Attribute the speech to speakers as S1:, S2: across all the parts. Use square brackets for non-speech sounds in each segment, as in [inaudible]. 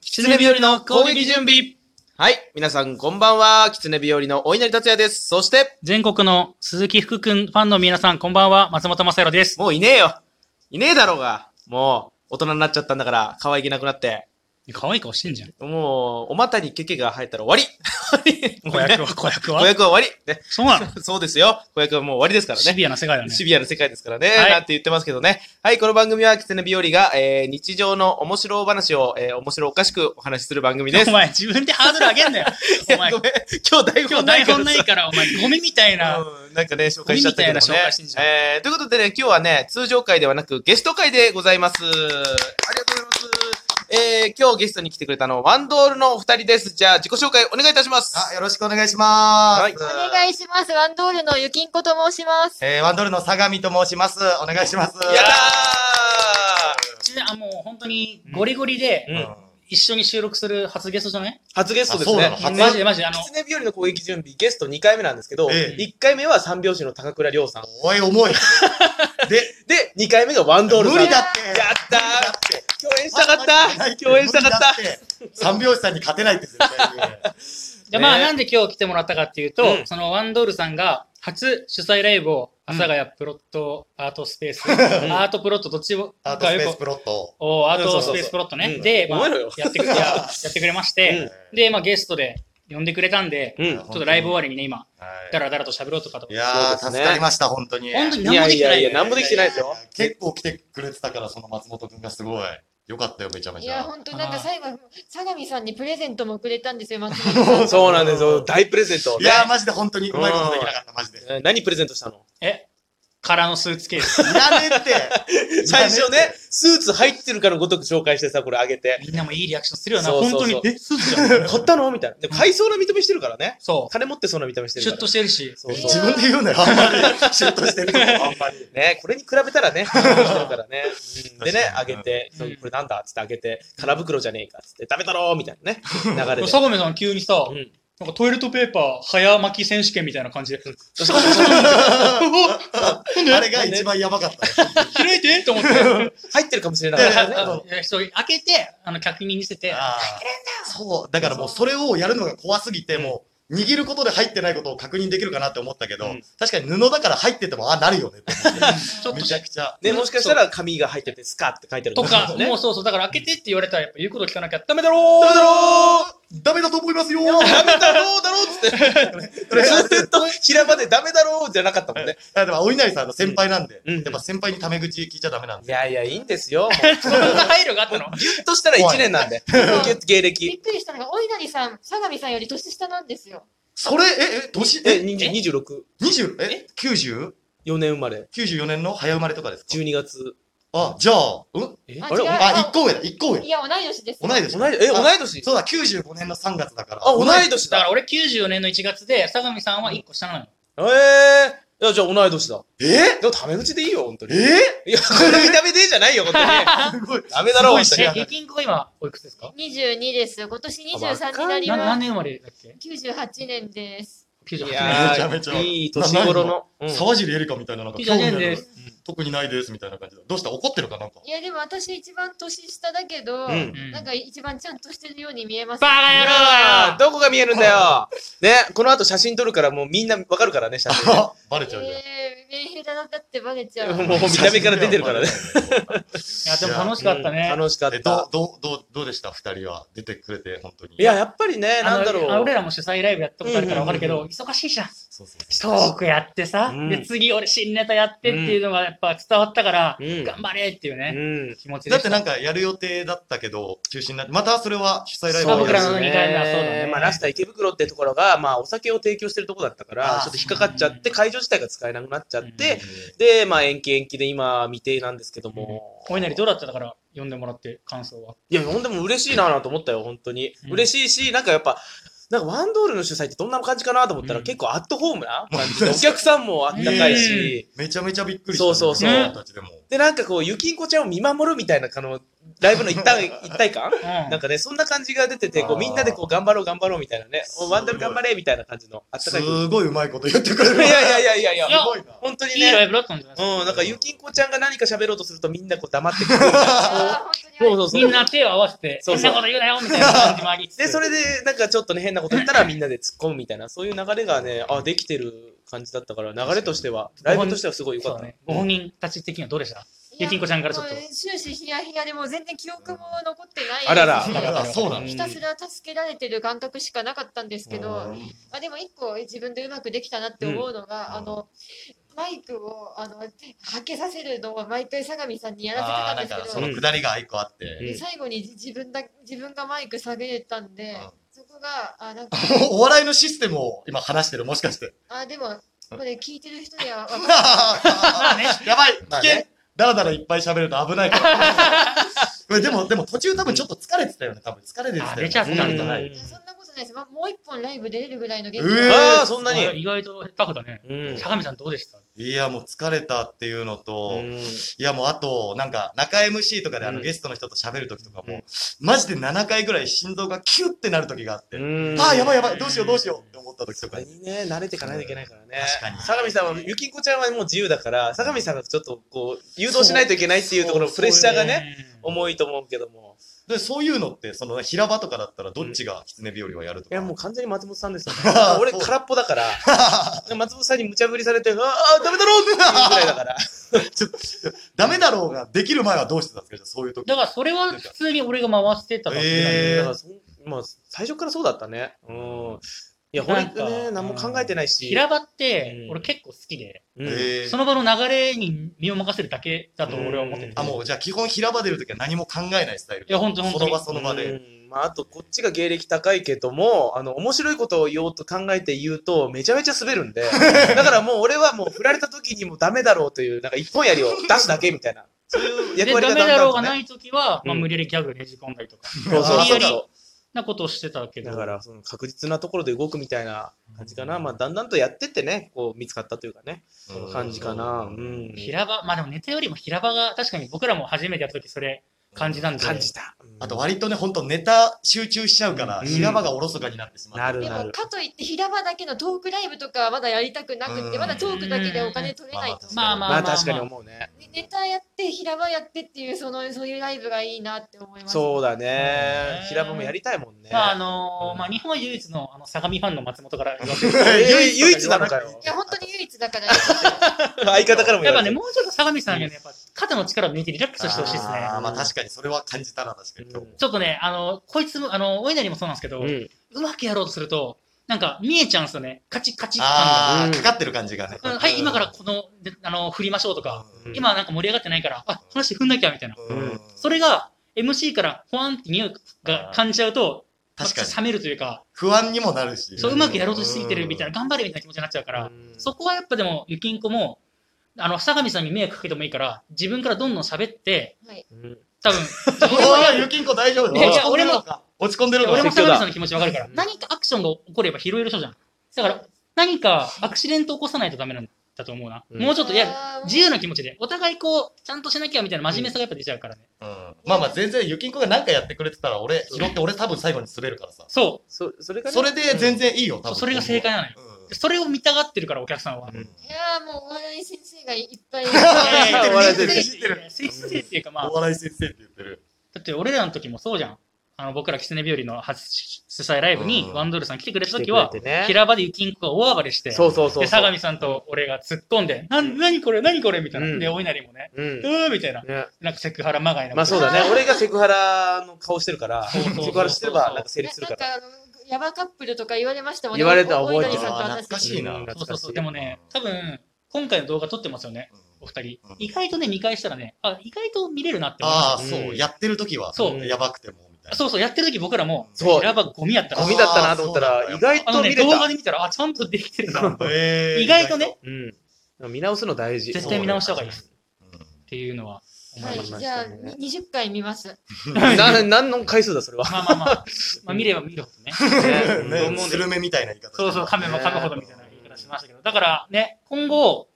S1: 狐日和の攻撃準備
S2: はい。皆さん、こんばんは。狐日和のお稲荷達也です。そして、
S1: 全国の鈴木福くんファンの皆さん、こんばんは。松本正宏です。
S2: もういねえよ。いねえだろうが。もう、大人になっちゃったんだから、可愛げなくなって。
S1: 可愛い顔してんじゃん。
S2: もう、お股に毛毛が生えたら終わり。終
S1: [laughs] 子
S2: わり。
S1: 役は、 [laughs] 子役
S2: [laughs] 子
S1: は。
S2: 役は終わり。ね、
S1: そうなの
S2: そうですよ。子役はもう終わりですから
S1: シ
S2: ね。
S1: ビアな世界だね。
S2: シビアな世界ですからね、
S1: はい
S2: なんて言ってますけどね。はい、この番組は、狐日和が、えー、日常の面白お話を、えー、面白おかしくお話しする番組です
S1: お。前、自分でハードル上げん [laughs] なよ。
S2: いや
S1: お前
S2: [laughs] ご、めん。今日台
S1: 今日
S2: 本ない
S1: 台
S2: か
S1: 本
S2: らさ
S1: ないから、お前、ゴミみたいな。
S2: うんなんかね、紹介しちゃったけどもね
S1: ゴミみたいな紹介してんじゃん
S2: えーということでね、今日はね、通常会ではなくゲスト会でございます。ありがとうございます。えー、今日ゲストに来てくれたのはワンドールのお二人です。じゃあ自己紹介お願いいたします。
S3: あ、よろしくお願いします。
S2: はい
S3: お
S2: お
S4: お願
S3: い。
S4: いします。ワンドールのゆきんこと申します。
S3: えー、ワンドルの相模と申します。お願いします。
S2: やった
S1: ちなあもう本当にゴリゴリで、
S2: ー、うん、
S1: 一緒に収録する初ゲストじゃない
S2: 初ゲストです
S3: あ
S2: ね。
S3: そうな
S1: マジでマジで、あの
S2: キ、ツネ日和の攻撃準備、ゲスト2回目なんですけど、
S3: え
S1: え
S2: 1回目は三拍子の高倉涼さん。
S3: おい、重い。で、
S2: で、2回目がワンドールさん。
S3: 無理だって。
S2: やったー
S3: 無理だって
S2: 共演したかった共演したかった
S3: 無理だって三拍子さんに勝てないって絶対に。
S2: [laughs]
S1: でまあ
S2: ね
S1: なんで今日来てもらったかっていうと、
S2: うん
S1: そのワンドールさんが初主催ライブを阿佐ヶ谷プロットアートスペース、アートプロットどっちも
S3: アートスペー
S1: よ
S3: ス
S1: く
S3: プロット。
S1: おアートスペースプロットね。
S2: うん
S1: で、ま
S2: お
S1: あ
S2: 前らよ、
S1: やってくれや
S2: [laughs]
S1: やってくれまして、で、まあゲストで呼んでくれたんで、
S2: う
S1: ち
S2: ん
S1: ょっとライブ終わりにね、今、
S3: はい
S1: だらだらと喋ろうとかと
S3: い。やー、
S2: そうですね
S3: 助かりました、本当に。
S1: 本当に
S2: い
S1: 何も
S2: や
S1: でき
S2: い
S1: てな
S2: や
S1: い
S2: い
S1: よ。
S2: や、なんもできてないですよ。
S3: 結構来てくれてたから、その松本くんがすごい。よかったよ、めちゃめ
S4: い
S3: ち
S4: や、
S3: ゃ。
S4: 本当なんか最後、相模さんにプレゼントもくれたんですよ、松
S2: そうなんですよ。大プレゼント。
S3: いやー、マジで本当にうまいことできなかった、マジで。い
S2: ね何プレゼントしたの
S1: え空のスーツケー
S2: [laughs]
S1: ス。
S3: らねえって。
S2: 最初
S3: いらえ
S2: ね
S3: って、
S2: スーツ入ってるかのごとく紹介してさ、これあげて。
S1: みんなもいいリアクションするよな、
S2: そう
S1: 本
S2: そう
S1: 当
S2: そう
S1: に。え、スーツじゃん。
S2: 買ったのみたいな。でも、買いそうな見た目してるからね。
S1: そ
S2: 金持ってそうな見た目し
S1: う。
S2: てる
S1: シュッ
S2: から。
S1: としてるし。
S2: そう
S4: い
S3: 自
S2: そう。
S3: 分で言うなよ、あんまり。シュッとしてるけどあんまり。
S2: ね、これに比べたらね、してるからね。うんでね、
S3: 確
S2: あ
S3: かに
S2: げて、
S1: うん
S2: これなんだっつってあげて、空袋じゃねえかっつって、食べたろーみたいなね、流れで。
S1: サゴメさん急にさ
S2: う、ん
S1: なんかトイレットペーパー早巻き選手権みたいな感じで、
S3: あれが一番やばかったね。
S1: 開いてと思って、で
S2: [laughs] 入ってるかもしれない
S3: で
S2: からね。
S3: あの
S1: そう開けて、あの客に見せて、
S3: あーそう、だからもうそれをやるのが怖すぎて、もう握ることで入ってないことを確認できるかなって思ったけど、
S2: うん
S3: 確かに布だから入ってても、あ、なるよねって
S1: ちょっ
S3: め
S1: と
S3: ちゃくちゃ。
S2: で、もしかしたら紙が入ってて、スカって書いてある
S1: と
S2: [laughs]
S1: か、
S2: ね
S1: もう。そうそう、だから開けてって言われたら、やっぱ言うこと聞かなきゃダメだろ
S2: ダメだろ
S3: ダメだと思いますよ
S2: ダメだろうだろうっつって。 [laughs] ずっと平場でダメだろうじゃなかったもんね。
S3: あでも、お稲荷さんの先輩なんで、
S2: うんうん
S3: やっぱ先輩にタメ口聞いちゃダメなん
S2: い
S3: で。
S2: やいや、いいんです [laughs] よ。もう
S1: そんな配慮があ [laughs] ったの
S2: ギュッとしたら1年 [laughs] なんで。芸
S4: び
S2: 歴。
S4: っくりしたのが、お稲荷さん、相模さんより年下なんですよ。
S3: それ、え、え、年、
S2: [laughs] え、
S3: え、
S2: 26。
S3: 20? え、90?94
S2: 4年生まれ。
S3: 年の早生まれとかですか
S2: 12月。
S3: あ、じゃあ、うん
S2: え
S4: あ
S2: あれ
S4: 違う
S3: あ、一個上だ、一個上
S4: い。や、同い年です。
S3: 同い年。
S2: 同い、え、同い年
S3: そうだ、95年の3月だから。
S2: あ、同い年
S1: だか
S2: だ。
S1: ら俺94年の1月で、相模さんは1個下なのよ。
S2: ええー。いや、じゃあ同い年だ。
S3: え
S2: でもタメ口でいいよ、本当
S3: え
S2: に。いや、これ見た目でじゃないよ、本当に。
S3: す
S2: [laughs]
S3: ごい。
S2: ダメだろう、本当
S3: すごい
S2: に
S3: し。
S1: え、ゆきんこは今、おいくつですか
S4: 22です。今年23になり
S1: な何
S4: ま
S1: 年生まれだっけ
S4: す。98年です。
S1: ?98
S2: い
S1: 年。
S2: や
S3: めちゃめちゃ
S2: ー、いい年頃の。 [laughs] うん
S3: 沢尻エリカみたいな、なんか
S1: いいじゃん
S3: 興味ある
S1: いいじゃん
S3: 特にないですみたいな感じだ。どうした怒ってる
S2: [laughs]
S3: かなんか。
S4: いや、でも私一番年下だけど、
S2: うん
S1: うん
S4: なんか一番ちゃんとしてるように見えます。
S1: バカ野郎だよ
S2: どこが見えるんだよ。ね、この後写真撮るから、もうみんなわかるからね、写 [laughs] 真ね。
S3: あバレちゃうじゃん。
S4: えー、メンヘラだってバレちゃう。
S2: もう見た目から出てるからね。
S1: いや、でも楽しかったね。
S2: うん楽しかっ
S3: え、ど
S2: た
S3: う、。
S2: [laughs]
S3: どう、どう、どうでした二人は。出てくれて、本当に。
S2: いや、、やっぱりね、
S1: あの
S2: なんだろ
S1: あ
S2: う
S1: 俺。らも主催ライブやったことあるからわかるけ
S2: うん
S1: ど、忙しいじゃん。
S3: そうそう
S1: トークやってさ、
S2: うん
S1: で、次俺新ネタやってっていうのがやっぱ伝わったから、
S2: うん
S1: 頑張れっていうね、
S2: うん。
S1: 気持ちで。
S3: だってなんかやる予定だったけど、中止になって、またそれは主催ライブ
S1: そう僕らの
S3: やる
S1: 二回目はそうだね
S2: まあ、ラスタ池袋ってところが、まあ、お酒を提供してるところだったから
S3: あ、ー
S2: ちょっと引っかかっちゃって、会場自体が使えなくなっちゃって、
S3: うん
S2: で、まあ、延期延期で今、未定なんですけども。
S1: お稲荷どうだっただから、読んでもらって感想は。
S2: いや、ほんでも嬉しいなと思ったよ、本当に
S1: う。ん
S2: 嬉しいし、なんかやっぱ、なんかワンドールの主催ってどんな感じかなと思ったら、
S1: うん
S2: 結構アットホームな感
S1: [laughs]
S2: じで、お客さんもあったかいし、
S3: めちゃめちゃびっくりした。
S2: そうそう
S1: そう
S3: 自分たちでも。
S2: で、なんかこう、ゆきんこちゃんを見守るみたいな、あの、ライブの
S1: [laughs]
S2: 一体、一体感
S1: うん
S2: なんかね、そんな感じが出てて、こ
S3: あ
S2: う
S3: ー
S2: みんなでこう頑張ろう頑張ろうみたいなね。
S3: す
S2: お
S3: ごい
S2: ワンダル頑張れみたいな感じの、あったかい。い
S3: すごいうまいこと言ってくれる
S2: やいや
S3: い
S2: いやいやいや
S1: い、や
S3: すごいな。
S2: 本当に
S1: いいラ
S2: ね。
S1: イブだったんじゃないですか
S2: うん、なんかゆきんこちゃんが何か喋ろうとするとみんなこう黙ってくる。[laughs] そ
S4: あー本当に
S2: うそうそう。
S1: みんな手を合わせて、
S2: そ
S1: そ
S2: うんそう
S1: なこと言うなよみたいな感じもありつつ。
S2: で、それで、なんかちょっとね、変なこと言ったらみんなで突っ込むみたいな、そういう流れがね、あ、できてる感じだったから、流れとしては、ライブとしてはすごい良か
S1: そ
S2: っ
S1: う
S2: た。
S1: ね。ご本人たち的にはどうでした
S4: いや
S1: ゆきんこちゃんからちょっと
S4: もう終始ヒヤヒヤでもう全然記憶も残ってない
S2: あらら
S4: ですし
S1: わかったわかった
S3: そうなの
S4: ひたすら助けられてる感覚しかなかったんですけど、
S3: う
S4: ま
S3: ん
S4: あ、でも一個自分でうまくできたなって思うのが、
S3: うん
S4: あのマイクをあのはけさせるのを毎回相模さんにやらせてたん
S3: あーな
S4: です
S3: んか
S4: け
S3: そ
S4: ど、
S3: のくだりが一個あって、
S4: で最後に自分だ自分がマイク下げたんで、
S3: うん
S4: そこがあなんか
S3: [laughs] お笑いのシステムを今話してる、もしかして。
S4: あでもこれ聞いてる人には分かんない
S1: まあね、
S3: やばい
S2: まあ
S3: 危
S2: ね
S3: 険だらだらいっぱい喋ると危ないから。こ
S1: [laughs]
S3: れでも、でも途中多分ちょっと疲れてたよね、多分疲れてたよ
S1: あ
S3: ね。
S1: 出ちゃったんだ
S3: うん
S2: はい
S4: いやそんなことないです。まもう一本ライブ出れるぐらいの元気。
S3: うえ
S2: ああ、そんなに。
S1: 意外と下手くだね。
S2: うん
S1: 相模さんどうでした
S3: いや、もう疲れたっていうのと、
S2: うん
S3: いや、もうあと、なんか、中 MC とかであ
S2: う
S3: の
S2: ん
S3: ゲストの人と喋るときとか
S2: う
S3: も、マジで7回ぐらい心臓がキュッてなるときがあって、
S2: うん
S3: ああ、やばいやばい、どうしようどうしようって思ったときとか
S2: 確か。に
S3: に
S2: ね、慣れていかないといけないからね。
S3: 確かに
S2: 相模さんは、ゆきんこちゃんはもう自由だから、相模さんがちょっとこう、誘導しないといけないっていうところ、
S3: そう
S2: プレッシャーがね、
S1: ね
S2: 重いと思うけども。
S3: で、そういうのって、その平場とかだったら、どっちが狐日和はやると
S2: い
S3: か。。
S2: や、もう完全に松本さんですよ、ね俺、
S3: [laughs] そう
S2: 空っぽだから、
S3: [laughs]
S2: 松本さんに無茶ぶりされて、ああ、ダメだろうっていうぐらいだ
S3: [laughs]
S2: から。
S3: ダメだろうが、できる前はどうしてたんですかじゃあそういうとき。
S1: だからそれは普通に俺が回してただけなんだよ
S3: えー
S2: だからそん、まあ、最初からそうだったね。うん。いや、ほ
S1: なんん
S2: と
S1: か
S2: ね、何も考えてないし。
S1: 平場って
S2: うん
S1: 俺結構好きで、
S2: うん
S3: えー
S1: その場の流れに身を任せるだけだと俺は思って
S2: う
S1: る
S2: ん。
S3: あ、もう、じゃあ基本平場出るときは何も考えないスタイル。
S1: いや、本当に
S3: そ
S1: 本当
S3: の
S1: に
S3: 場。その場で。
S2: うんまあ、あと、こっちが芸歴高いけども、あの、面白いことを言おうと考えて言うと、めちゃめちゃ滑るん
S3: [laughs]
S2: で、だからもう俺はもう振られた時にもダメだろうという、なんか一本やりを出すだけみたいな、そういう
S1: で、
S2: 役
S1: ダ
S2: 割が
S1: メ
S2: だん
S1: だ
S2: だ
S1: ろう
S2: んと
S1: が
S2: ね
S1: な。いときは、まあ
S2: うん
S1: 無理やりギャグねじ込んだりとか、
S2: そうそう
S1: 無
S2: そう
S1: 理やり
S2: そう。
S1: なことをしてたけど。
S2: だから、その確実なところで動くみたいな感じかな。まあ、だんだんとやってってね、こう、見つかったというかね、
S3: うん
S2: 感じかな。うん。
S1: 平場、まあでもネタよりも平場が、確かに僕らも初めてやった時それ感じたんで。
S2: 感じた。うん
S3: あと、割とね、本当ネタ集中しちゃうから、
S2: うん
S3: 平場がおろそかになってしまう。
S2: なる
S4: で
S2: なる
S4: も。かといって平場だけのトークライブとかはまだやりたくなく
S3: う
S4: て、
S3: ん
S4: まだトークだけでお金取れないと。
S1: まあまあ
S2: まあ、確かに思うね。
S4: ねネタやって平場やってっていうそのそういうライブがいいなって思います。
S2: そうだね
S1: う。ん
S2: 平場もやりたいもんね。
S1: まああのー
S2: うん
S1: まあ日本唯一のあの相模ファンの松本から言わせて
S2: 唯 [laughs] 唯一なのかよ
S4: い。や本当に唯一だから。
S1: [laughs]
S2: [laughs] 相方からも
S1: やっぱ
S2: れて
S1: ね、
S2: る
S1: もうちょっと相模さんにはね、やっぱ肩の力を抜いてリラックスしてほしいですね。
S3: あーまあ確かにそれは感じたな、確かに今日も。
S1: ちょっとね、あの、こいつも、あの、お稲荷もそうなんですけど、う
S2: うん
S1: まくやろうとすると、なんか見えちゃうんですよね。カチッカチッ感
S3: あ
S2: うん
S3: あ、かかってる感じがね。
S1: が。うん、はい、今からこの、であの、振りましょうとか、
S3: うん
S1: 今なんか盛り上がってないから、あ、話振んなきゃみたいな。
S3: うん
S1: それが、MC からほわんって匂いが感じちゃうと、
S3: 確かに
S1: こっち冷めるというか、
S3: 不安にもなるし。
S1: そう、うまくやろうとしていてるみたい
S3: な。
S1: な、頑張れみたいな気持ちになっちゃうから、
S2: うん
S1: そこはやっぱでも、ゆきんこも、あの、相模さんに迷惑かけてもいいから、自分からどんどん喋って、
S4: はい。
S2: うん
S1: 多
S2: [laughs]
S1: 分、
S3: おいおい、ゆきんこ大丈夫
S1: いやいや俺も、
S3: 落ち込んでるの
S1: 俺も
S3: か
S1: 相模さんの気持ちわかるから
S2: う、ん
S1: 何かアクションが起これば拾える人じゃん。だから、何かアクシデント起こさないとダメなんだと思うな。
S2: うん
S1: もうちょっと、いや、
S4: や
S1: 自由な気持ちで、お互いこう、ちゃんとしなきゃみたいな真面目さがやっぱ出ちゃうからね。
S3: うんまあまあ全然、ゆきんこが何かやってくれてたら、俺、拾って俺多分最後に滑るからさ。
S1: そ
S2: そそれがね
S3: それで全然いいよ、多
S1: う、
S3: 分。
S1: それが正解なのよ。
S3: うん。
S1: でそれを見たがってるから、お客さんは。
S2: うん
S4: いやーもうお笑い先生がいっぱ
S2: [laughs]
S4: い。
S1: いやいや
S2: 笑って
S1: 先
S2: る
S1: 生先生っていうかまあ
S3: お、笑い先生って言ってる。
S1: だって俺らの時もそうじゃん。あの、僕ら狐日和の初主催ライブに
S3: うん
S1: ワンドールさん来てくれた
S2: 来て
S1: 時
S2: くれ
S1: は、
S2: てね
S1: 平場でゆきんこが大暴れして、
S2: そうそうそうそう
S1: で、相模さんと俺が突っ込んで、な、なにこれ、なにこれみたいな。
S2: うん
S1: で、お稲荷もね、
S2: うん
S1: うーんみたいな。
S2: ね
S1: なんかセクハラまがいな。
S2: まあそうだね俺がセクハラの顔してるから
S1: そうそうそう
S2: セクハラしてればなんか成立する
S4: な
S2: か
S4: ん
S2: ら
S4: かあのヤバカップルとか言われましたもんね。
S2: 言われた覚えてる
S4: おお稲荷さんと話して
S3: 懐かしいな
S2: うん
S1: そうそうそう。
S2: 懐かしい
S1: でもね、多分、今回の動画撮ってますよね、お二人
S3: うん。
S1: 意外とね、見返したらね、あ、意外と見れるなって思いました
S3: ああ、そう、やってる時は、
S1: そう
S3: やばくても、みたいな。
S1: そうそう、やってる時僕らも、
S2: そう
S1: 平場ゴミやった
S3: あ
S1: ら
S2: ゴ、ミだったなと思った
S3: あ
S2: ら
S3: ー
S2: 意外
S1: あの
S2: と見
S1: ね、
S2: れた
S1: 動画で見たら、あ、ちゃんとできてるな。
S3: えー
S1: 意外とね、
S2: うん見直すの大事
S1: 絶対見直した方がいいです。
S3: うん
S1: っていうのは思
S4: はいい
S1: まし
S4: じゃあ二十回見ます。
S2: な何の回数だそれは
S1: た。まあまあまあ、まあ見れば見るほ
S2: [laughs]
S1: どね。
S2: ね
S3: ね、スルメみたいな言い方。
S1: そうそう、噛めば噛むほどみたいな言い方しましたけど、だからね、今後、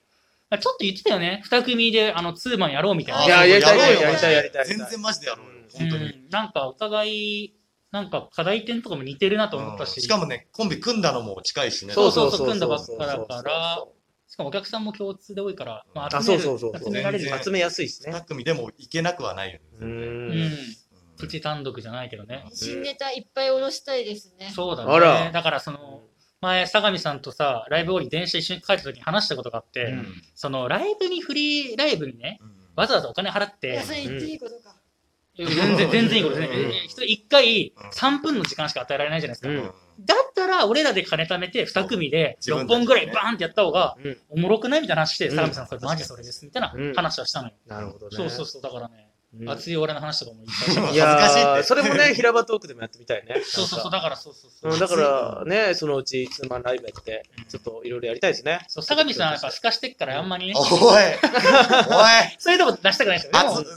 S1: ちょっと言ってたよね、二組であのツーマンやろうみたい
S3: あ
S1: な。
S3: ー。
S2: いややりたい
S3: そう
S2: やりたいやりたいやりたい
S3: 全然マジでやろうよ。本当に。
S1: うんなんかお互い、なんか課題点とかも似てるなと思ったし、
S3: しかもね、コンビ組んだのも近いし
S1: [laughs]
S3: ね。
S1: そう組んだばっかだからしかもお客さんも共通で多いから、まあ、
S2: あ、
S1: 集
S2: そ
S1: め
S2: う
S1: る
S2: そうそう
S1: 集
S2: そう
S1: められる
S3: 全然
S2: 集めやすいし
S3: 2
S2: ね。
S3: 組でもいけなくはないよ
S2: う。
S3: ね。
S1: うんん。プチ単独じゃないけどね。
S4: 新ネタいっぱい下ろしたいですね。
S1: そうだ
S2: あら
S1: ね。だからその、前、相模さんとさ、ライブ終わり電車一緒に帰った時に話したことがあって、
S3: うん
S1: その、ライブに、フリーライブにね、
S3: うん
S1: わざわざお金払っ
S4: い
S1: て
S4: や、そ、れ言っていいことか。
S1: 全然、全然いいことです
S2: うん
S1: ね。一人一回
S3: うん
S1: 3分の時間しか与えられないじゃないですか。
S2: う
S1: [laughs]
S3: うん
S2: ん
S1: だったら、俺らで金貯めて2組で
S3: 自
S1: 6
S3: 分たちでね
S1: 本ぐらいバーンってやった方が
S2: うん
S1: おもろくないみたいな話して、
S2: うん
S1: 相模さん、それマジそれです、みたいな話はしたのよ。
S2: なるほどね。
S1: そうそうそう、だからね、
S2: うん
S1: 熱い俺の話とかもいっぱいした。 [laughs]
S2: いや
S3: 恥ずかしいっ
S2: ー
S3: て
S2: それもね、平場トークでもやってみたいね。
S1: そうそうそう、だからそうそうそう
S2: うん。だからね、そのうちツーマンライブやって
S1: うん、
S2: ちょっといろいろやりたいですね。
S1: そう、相模さんはやっぱ透かしてっからあんまりね、
S3: おいおい
S1: そういうとこ出したくないですよね。でも
S3: 熱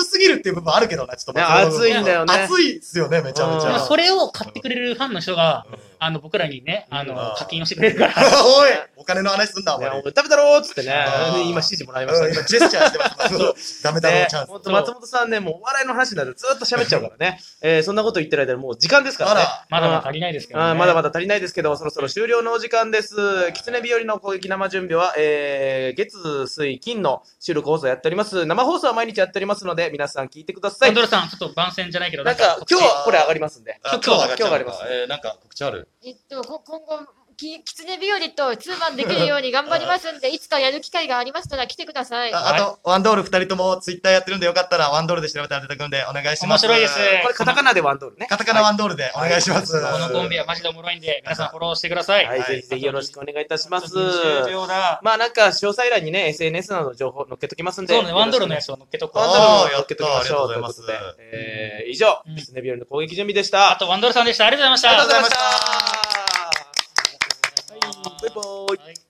S3: 熱すぎるっていう部分あるけどな、ちょっと
S2: ね、
S3: まあ。
S2: 熱いんだよね。
S3: 熱いっすよね、めちゃめち
S1: でも
S3: ゃ。
S1: それを買ってくれるファンの人が、
S3: うん [laughs]
S1: あの、僕らにね、あの
S3: うん、
S1: 課金をしてくれるから。
S3: おいお金の話すんだ、お
S2: い
S3: 前。
S2: や
S3: う
S2: 俺
S3: ん
S2: 食べたろーっつってね
S3: あー、
S2: 今指示もらいました
S3: 今
S2: ね。
S3: ジェスチャーしてます。 [laughs] ダメだろ
S2: ね
S3: う、チャンス。
S2: 本当松本さんね、もうお笑いの話になるとずっと喋っちゃうからね。えーそんなこと言ってる間にもう時間ですから
S3: あ
S2: ね。
S3: ら、
S1: まだまだ足りないですけど
S2: あ
S1: ね。
S2: ーまだまだ足りないですけど、そろそろ終了のお時間です。狐日和の攻撃生準備は、えー月、水、金の収録放送やっております。生放送は毎日やっておりますので、皆さん聞いてくださ
S1: ア
S2: い。
S1: ンド
S2: な
S1: ロさん、ちょっと番宣じゃないけど、
S2: んか、今日はこれ上がりますんで。
S3: あ
S1: 今日
S2: 今日がありま
S3: ますす。えーなんか告知ある
S4: えっと、こ今後、き狐日和とツーマンできるように頑張りますんで、いつかやる機会がありましたら来てください。
S3: ああと、ワンドール二人ともツイッターやってるんでよかったらワンドールで調べてあげてくんでお願いし
S1: 面
S3: ます。
S1: 白いです。
S2: これカタカナでワンドールね。
S3: カタカナワンドールでお願いします。
S1: このコンビはマジでおもろいんで、皆さんフォローしてください。
S2: はい、
S3: はい
S2: ぜひぜひよろしくお願いいたします。
S1: 20秒だ。
S2: まあなんか、詳細欄にね、SNS などの情報載っけときますんで。
S1: そうね、ワンドロのや
S2: つ。
S1: つを乗っけとこう
S2: ワンド
S3: あ
S2: ルも
S3: ー
S2: 載っけときましょう。ということで
S3: やったありがとうございます、
S2: えー以上
S1: うん、
S2: 狐日和の攻撃準備でし
S1: あ
S2: た。
S1: とワンドロさんでした。ありがとうございました。
S2: ありがとうございま
S3: ありがとうございま
S2: した。バイバーイ。
S1: はい